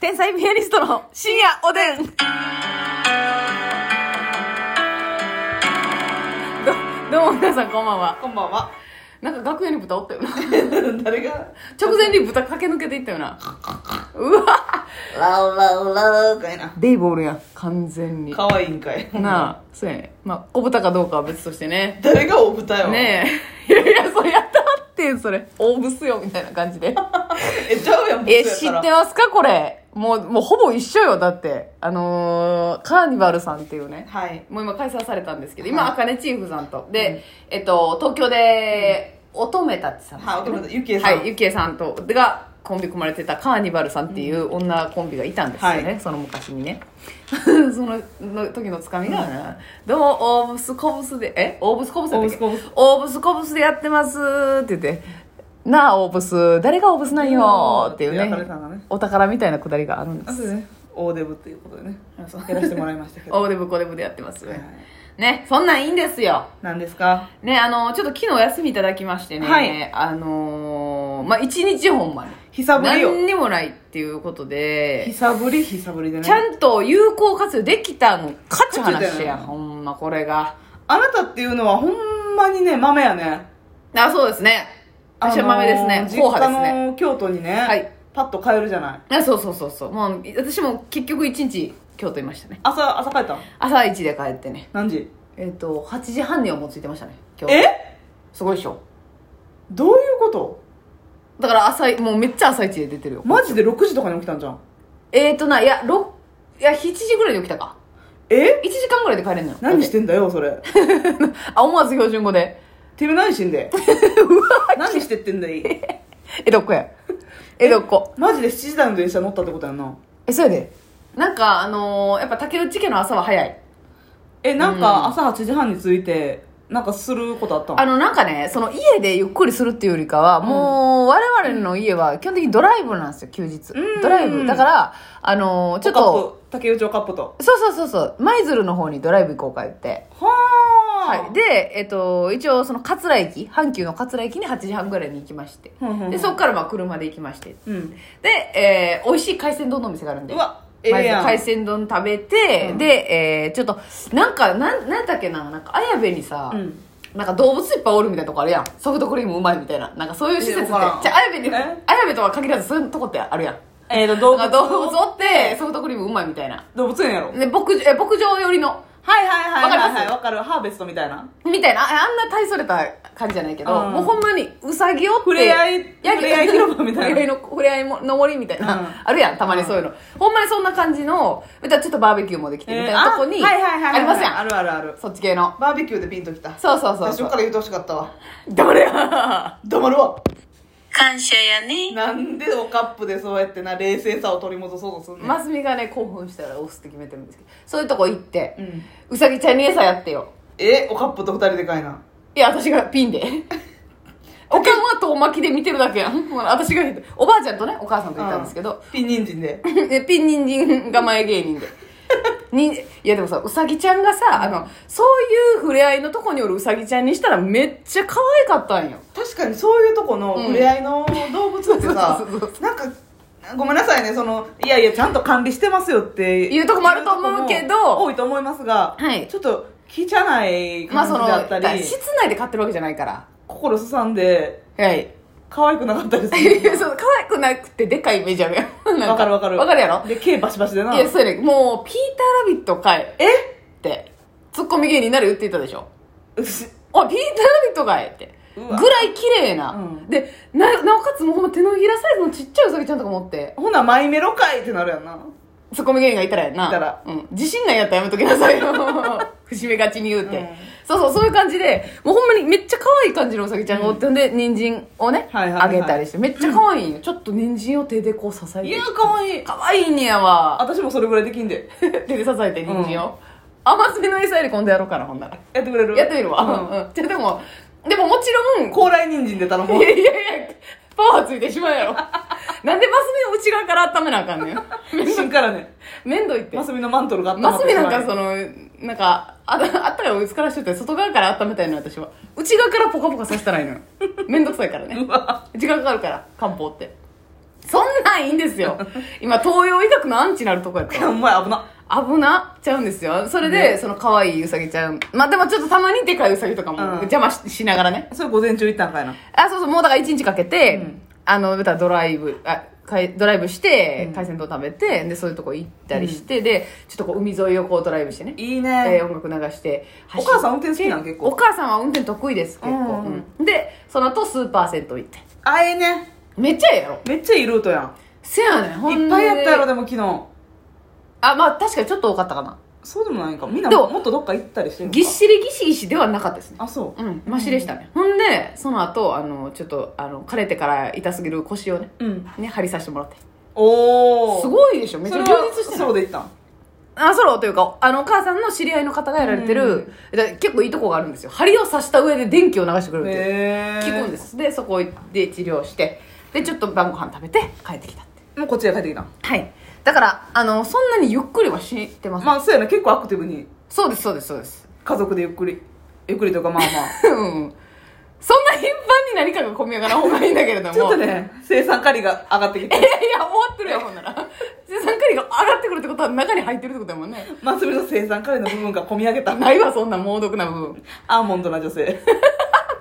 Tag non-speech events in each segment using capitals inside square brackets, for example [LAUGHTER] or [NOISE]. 天才ピアニストの深夜おでんどどうも皆さんこんばんはこんばんは。 [LAUGHS] なんか楽屋に豚おったよな誰が直前に豚駆け抜けていったよなうわラウラウラウかいな。デイボールやん完全に可愛いんかい。なあそうやねまあ小豚かどうかは別としてね誰がお豚よ。ねえいやいやそうやったってそれ大ブスよみたいな感じでえ、ちゃうやん、え豚や知からってますかこれもうもうほぼ一緒よだってあのーカーニバルさんっていうねはい。もう今解散されたんですけど、は今、いあかねチーフさんと。で、えっと、東京で、乙女たちさん。はい、お友達、ゆきえさはん。い、ゆきえさんと、が、コンビ組まれてたカーニバルさんっていう女コンビがいたんですよね、はその昔にね。 [LAUGHS] そのの時のつかみが、どうも、大ブスこぶすで、え大ブスこぶすやったっけ大ブス大ブスこぶすでやってますって言って、なあ、大ブス、誰が大ブスなんよっていうあかねねさ、んがね。お宝みたいなくだりがあるんであ、す。そうね。大デブっていうことでね。あそうやらせてもらいました [LAUGHS] けど。大デブ小デブでやってますよはいね。ね、そんなんいいんですよ。何ですかね、あの、ちょっと昨日お休みいただきましてね、はいあのーまあ、一日ほんまに。久ぶりよ。何にもないっていうことで、久ぶり、久ぶりでね。ちゃんと有効活用できたのかって話できたや、よほんまこれが。あなたっていうのはほんまにね、豆やね。あ、そうですね。私は豆ですあのねー。硬派です実ね。家の京都にね、はいパッと帰るじゃない。あそうそうそうそう。もう、私も結局一日京都いましたね。朝、朝帰ったの朝一で帰ってね。何時えっ、と、8時半にはもう着いてましたね、今日。えすごいでしょ。どういうことだから朝い、もうめっちゃ朝一で出てるよ。マジで6時とかに起きたんじゃん。えっ、ー、とな、いや、ろいや、7時ぐらいに起きたか。え1時間ぐらいで帰れるのよ。何してんだよ、それ。あ、思わず標準語で。てめえ何してんだ [LAUGHS] よ。何してってんだよ。江戸っ子や。江戸っ子。マジで7時台の電車乗ったってことやんな。え、そうやで。なんか、あのーやっぱ竹内家の朝は早い。え、なんか朝8時半に着いて、なんかすることあったあのの、なんかね、その家でゆっくりするっていうよりかは、もう、我々の家は基本的にドライブなんですよ、休日うん。ドライブ。だから、あのーちょっカッと、プ、竹内おカップと。そうそうそうそう、舞鶴の方にドライブ行こうか言って。はあ。はい。で、えっと、一応、その、桂駅、阪急の桂駅に8時半ぐらいに行きまして。ふんふんふんで、そこからまあ、車で行きまして。うん。で、えー、美味しい海鮮丼のお店があるんで。うわ、ええまやず海ん。鮮丼食べて、うんで、えー、ちょっと、なんか、なん、なんだっけな、なんか、綾部にさ、うんなんか動物いっぱいおるみたいなとこあるやん。ソフトクリームうまいみたいな。なんかそういう施設って。えじわからんゃあ、綾部に、え綾部とは限らずそういうとこってあるやん。えっと、動な物んか動物おって、ソフトクリームうまいみたいな。動物園やろ。で、牧場、え、牧場寄りの、はいはいはいはいはい。わわかる。ハーベストみたいな。みたいな、ああんな大それた感じじゃないけど、うんもうほんまに、うさぎおって、触れ合いや触れ合い広場みたいな触れ合いの、触れ合いも、の森みたいな、うんあるやん、たまにそういうの。ほんまにそんな感じの、またちょっとバーベキューもできて、みたいえーなとこに、あはいはいはいはい。ありますやんあ。るあるある。そっち系の。バーベキューでピンときた。そうそうそう最そう初か。ら言ってほしかったわ。誰や黙るわ。感謝やね。なんでおカップでそうやってな、冷静さを取り戻そうとすんねん。マスミがね、興奮したら押すって決めてるんですけど、そういうとこ行って、ううんさぎちゃんに餌やってよ。え、おカップと二人でかいな。いや、私が [LAUGHS] ピンで。おかんは遠巻きで見てるだけやん。ほら私が、おばあちゃんとね、お母さんと行ったんですけど、ピン人参で。 [LAUGHS] でピン人参が前 [LAUGHS] 芸人で。にいやでもさうさぎちゃんがさあのそういう触れ合いのとこにおるうさぎちゃんにしたらめっちゃ可愛かったんよ確かにそういうとこの触れ合いの動物ってさ、うんそうそうそうなんかごめんなさいねそのいやいやちゃんと管理してますよっていうとこもあると思うけどいうとこも多いと思いますが、はいちょっと聞いちゃないまあ感そじのだったり、だ室内で飼ってるわけじゃないから心すさんではい可愛くなかったりすいや [LAUGHS] るそう可愛くなくてでかいイメージあるやん [LAUGHS] [LAUGHS] なんわかるわかるわかるやろで毛バシバシでないやそうやねもうピーター・ラビットかいえってツッコミ芸人になる言ってたでしょうっしおいピーター・ラビットかいってうぐわらい綺麗な、うんでななおかつもうほんま手のひらサイズのちっちゃいうさぎちゃんとか持ってほなマイメロかいってなるやんなツッコミ芸人がいたらやないたらうん、自信ないやったらやめときなさい [LAUGHS] よ節目がちに言うて、うんそうそうそういう感じでもうほんまにめっちゃ可愛い感じのうさぎちゃんがおって、ん、で人参をね、はいはいはいあげたりしてめっちゃ可愛いんよ、ちょっと人参を手でこう支えていや可愛い可愛いんやわ私もそれぐらいできんで [LAUGHS] 手で支えて人参を、甘酢の餌より今度やろうかなほんならやってくれるやってみるわ、うんうんうんじゃあでもでももちろん高麗人参で頼 [LAUGHS] もういやいやいやパワーついてしまうやろなんでマスミの内側から温めなあかんねん芯からね面倒いってマスミのマントルがあったマスミなんかそのなんかあたあったかいお湯つからしといて外側から温めたいのよ私は [LAUGHS] 内側からポカポカさせたらいいのよめんどくさいからねうわ [LAUGHS] 時間かかるから漢方ってそんなんいいんですよ。今、東洋医学のアンチなるとこやったおわ。前危な。危なっちゃうんですよ。それで、その可愛いウサギちゃん。まあ、でもちょっとたまにでかいウサギとかもうん邪魔し,、ながらね。それ午前中行ったんかいな。あ、そうそう、もうだから1日かけて、うんあの、だからドライブ、あ、かいドライブして、うん海鮮丼食べて、で、そういうとこ行ったりして、で、ちょっとこう海沿いをこうドライブしてね。いいえねー。音楽流してお母さん運転好きなん結構お母さんは運転得意です結構う、んうんでその後スーパー銭湯行ってあ、ええね。めっちゃええやろめっちゃいいルートやせやねんん。ほんでいっぱいやったやろ、でも昨日。あまあ確かにちょっと多かったかなそうでもないんか。みんなでももっとどっか行ったりしてるのかぎっしりぎしぎしではなかったですねあ、そう。うんマシでしたね、ほんでその後あのちょっとあの枯れてから痛すぎる腰をねうん。ね張りさせてもらっておー。すごいでしょめっちゃ充実してそれはるソロで行ったんあソロというかあのお母さんの知り合いの方がやられてる、だから結構いいとこがあるんですよ針を刺した上で電気を流してくれるっていうへえ。聞くんですでそこで治療してでちょっと晩ご飯食べて帰ってきたってもうこっちで帰ってきたんはいだからあのそんなにゆっくりはしてます、まあ、そうやね。結構アクティブに。 [LAUGHS] そうですそうですそうです家族でゆっくり。ゆっくりとか、まあまあ。うんそんな頻繁に何かが込み上がらん方がいいんだけれどもちょっとね、生産カリが上がってきいや [LAUGHS] て。いや終わってるよほんなら生産カリが上がってくるってことは中に入ってるってことだもんねまつみの生産カリの部分が込み上げた。ないわそんな猛毒な部分アーモンドな女性。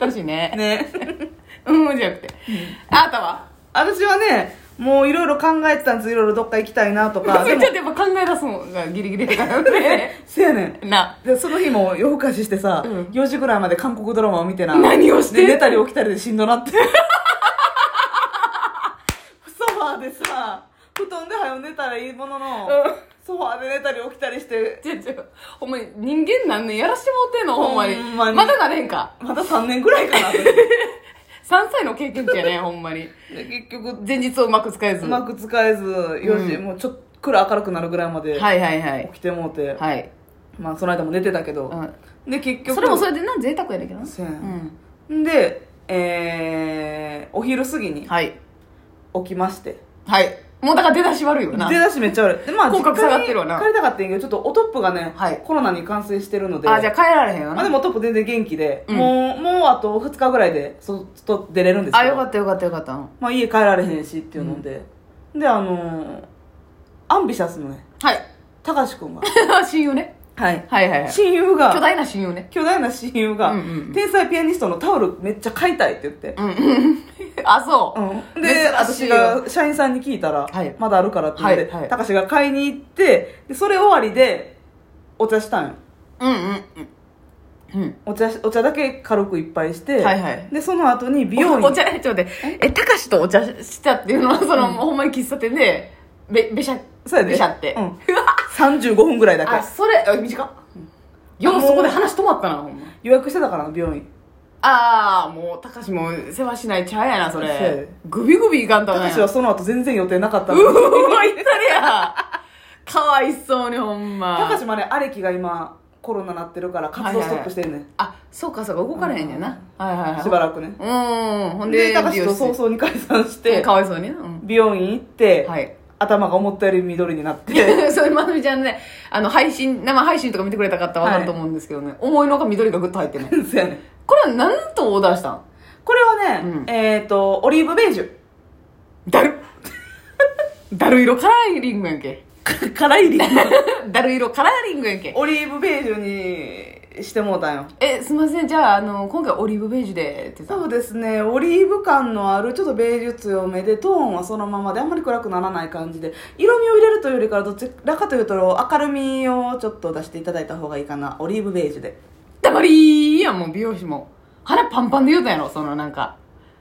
楽しい [LAUGHS] ねね。うんじゃなくて、あなたは私はね、もういろいろ考えてたんです。いろいろどっか行きたいなとか。そでれも [LAUGHS] ちょっとやっぱ考え出すのがギリギリって感じだよ [LAUGHS] ねせやねん。なでその日も夜更かししてさ、うん4時ぐらいまで韓国ドラマを見てな何をしてで寝たり起きたりでしんどなって [LAUGHS] ソファーでさ布団で早寝たらいいものの、うんソファーで寝たり起きたりして違う違う。ほんまに人間何年やらしてもうてんのほんまに。ほんまにまだなれんか。また3年ぐらいかな3歳の経験値や [LAUGHS] ね、ほんまに。で結局前日をうまく使えず。うまく使えず4時、うんもうちょっくら明るくなるぐらいまではいはいはい起。きてもうて、はい。まあその間も寝てたけど、うで結ん。局それもそれでな、贅沢やねんけどな。せやうん。でえー、お昼過ぎにはい。起きまして、はい。もうだから出だし悪いよな。出だしめっちゃ悪い。で、まあ、口角下がってるわな実家に帰りたかったんやけど、ちょっとおトップがね、はいコロナに感染してるので、あ、じゃあ帰られへんよまあなで。もおトップ全然元気で、うんもう、もうあと2日ぐらいで、外出れるんですあ、けどよかったよかったよかった。まあ家帰られへんしっていうので、で、あのーアンビシャスのね、はい。 [LAUGHS] たかしくんが、親友ね。はい。はいはいはい。親友が、巨大な親友ね。巨大な親友が、うんうんうん天才ピアニストのタオルめっちゃ買いたいって言って、うんうん。あ、そう。うん、珍しいでよ私が社員さんに聞いたら、はいまだあるからって言って、はいはいたかしが買いに行ってでそれ終わりでお茶したんようんうんうん。うん。お茶お茶だけ軽く一杯して、はいはいでその後に美容院おお茶、ちょっと待って。え、たかしとお茶したっていうのは、その、ほんまに喫茶店で、べ、べしゃ、そうやでべしゃって。 [LAUGHS] うんわ35分ぐらいだあ、けそれ、あ短っ。ようそこで話止まったな、ほんま。予約してたからな美容院あー、もう、たかしも世話しないちゃうやな、そそうやれで。グビグビいかんとたあかんかやしん。はその後全然予定なかったうのにわ、いったりや。かわいそうに、ほんま。たかしもねアレキが今コロナなってるから活動ストップしてんねん、あ、そうかそうか、動かれへんねんな。はいはいはい。しばらくねうーん、ほんで、でたかしと早し々に解散しててかわいそうにな。うん。美容院行って、はい。頭が思ったより緑になっ [LAUGHS] てそれまなみちゃんねあの配信生配信とか見てくれた方は分かると思うんですけどね、思いのほか緑がグッと入ってねそうやねこれは何とオーダーしたんこれはね、うんえっ、と、オリーブベージュ。だる [LAUGHS] だる色カラーリングやんけ [LAUGHS] 辛いリンだる色カラーリングやんけ [LAUGHS] オリーブベージュにしてもうたんよ。えすいませんじゃああの今回オリーブベージュでってさそうですね、オリーブ感のある、ちょっとベージュ強めで、トーンはそのままで、あんまり暗くならない感じで、色味を入れるというよりかは、どちらかというと、明るみをちょっと出していただいた方がいいかな。オリーブベージュで。だまりいいやんもう美容師も鼻パンパンで言うたんやろそのなんか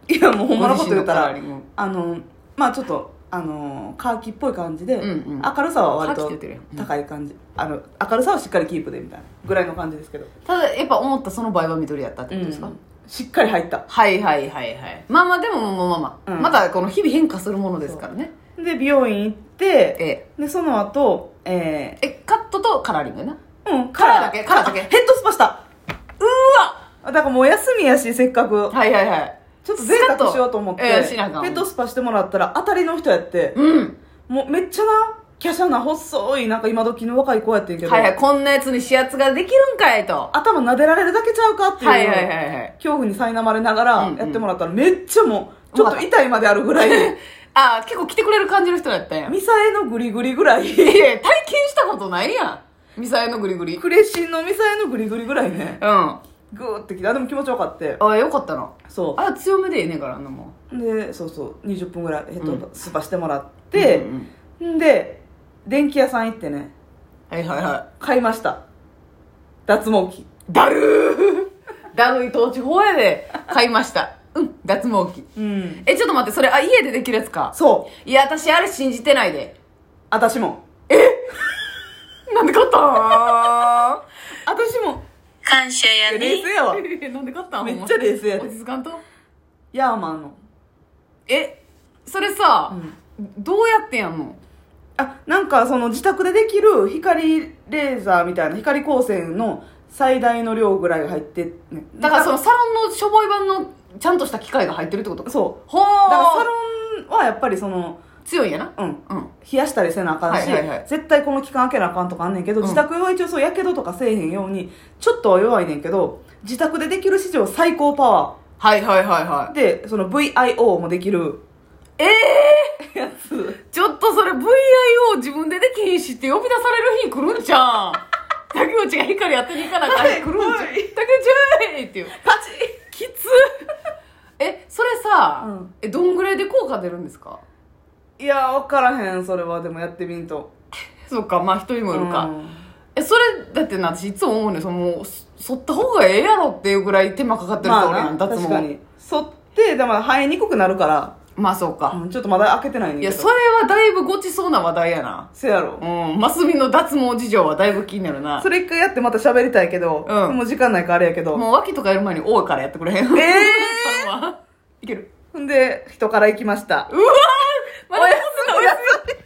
いや、もうほんまのこと言ったご自身のカらラーリング、あの、まあちょっと、あの、カーキっぽい感じで、うんうん明るさは割カーとキって言ってるやん高い感じ。あの、明るさはしっかりキープで、みたいな。ぐらいの感じですけど。ただやっぱ思ったその場合は緑やったってことですか、うんしっかり入った。はいはいはいはいまあまあでもまあまあまあ、うんまだこの日々変化するものですからねで美容院行ってえでその後ええカットとカラーリングやなー、うんカラーだけカラーだけあヘッドスパしたうーわだからもう休みやしせっかくはいはいはい。ちょっと贅沢しようと思って、スカッとえーしなあかんヘッドスパしてもらったら当たりの人やって、うん。もうめっちゃな華奢な細いなんか今時の若い子やってんけど、はいはい、こんなやつに視圧ができるんかいと。頭撫でられるだけちゃうかっていう、はいはいはいはい。恐怖に苛まれながうんらうんやってもらったらめっちゃもうちょっと痛いまであるぐらいあー結構来てくれる感じの人だったんや。いミサエのグリグリぐらいやいや体験したことないやん。ミサイのグリグリ。うん。クレシンのミサエのグリグリぐらいねあグーってきてあでも気持ちよかってー、よかったな。そあ、強めでええねんから、あんなもん。うでそうそう20分ぐらいヘッドうスパしてもらって、うんうんんで電気屋さん行ってねはいはいはい。買いました脱毛器だるーだるい統治法やで買いましたうん脱毛器うんえちょっと待ってそれあ家でできるやつかそういや私あれ信じてないで私もなんで買ったん私も感謝やいねや冷。静やわえ [LAUGHS] なんで買ったんめっちゃ冷静やで落ち着かんとヤーマンのえそれさ、どうやってやんのあなんかその自宅でできる光レーザーみたいな光光線の最大の量ぐらいが入って、ね、だからそのサロンのしょぼい版のちゃんとした機械が入ってるってことそうほーだからサロンはやっぱりその強いんやなうんうん冷やしたりせなあかんし、はいはいはい絶対この期間開けなあかんとかあんねんけど、うん自宅は一応そうやけどとかせえへんようにちょっとは弱いねんけど自宅でできる史上最高パワはいはいはいはーでその VIO もできるいええやつ [LAUGHS] ー、ちょっとそれ VIO 自分でできへんしって呼び出される日来るんち [LAUGHS] ゃうん竹内が光やってに行かなあかん日来るんちゃう、はい竹内っていうパチきつえそれさ、うんえどんぐらいで効果出るんですかいや分からへんそれはでもやってみんとそうかまあ人にもよるか、うんえそれだってな私いつも思うねんそのそ剃った方がええやろっていうぐらい手間かかってる人おるやん、まあな、脱毛確かに剃ってだから生えにくくなるから、まあそうか、うんちょっとまだ開けてないねんいけやどそれはだいぶごちそうな話題やなせやろ、うんマスミの脱毛事情はだいぶ気になるなそれ一回やってまた喋りたいけど、うんもう時間ないからあれやけど、もう脇とかやる前に多いからやってくれへん。えー [LAUGHS] 頼むわいける。ほんで人から行きましたうわーまだおやすみ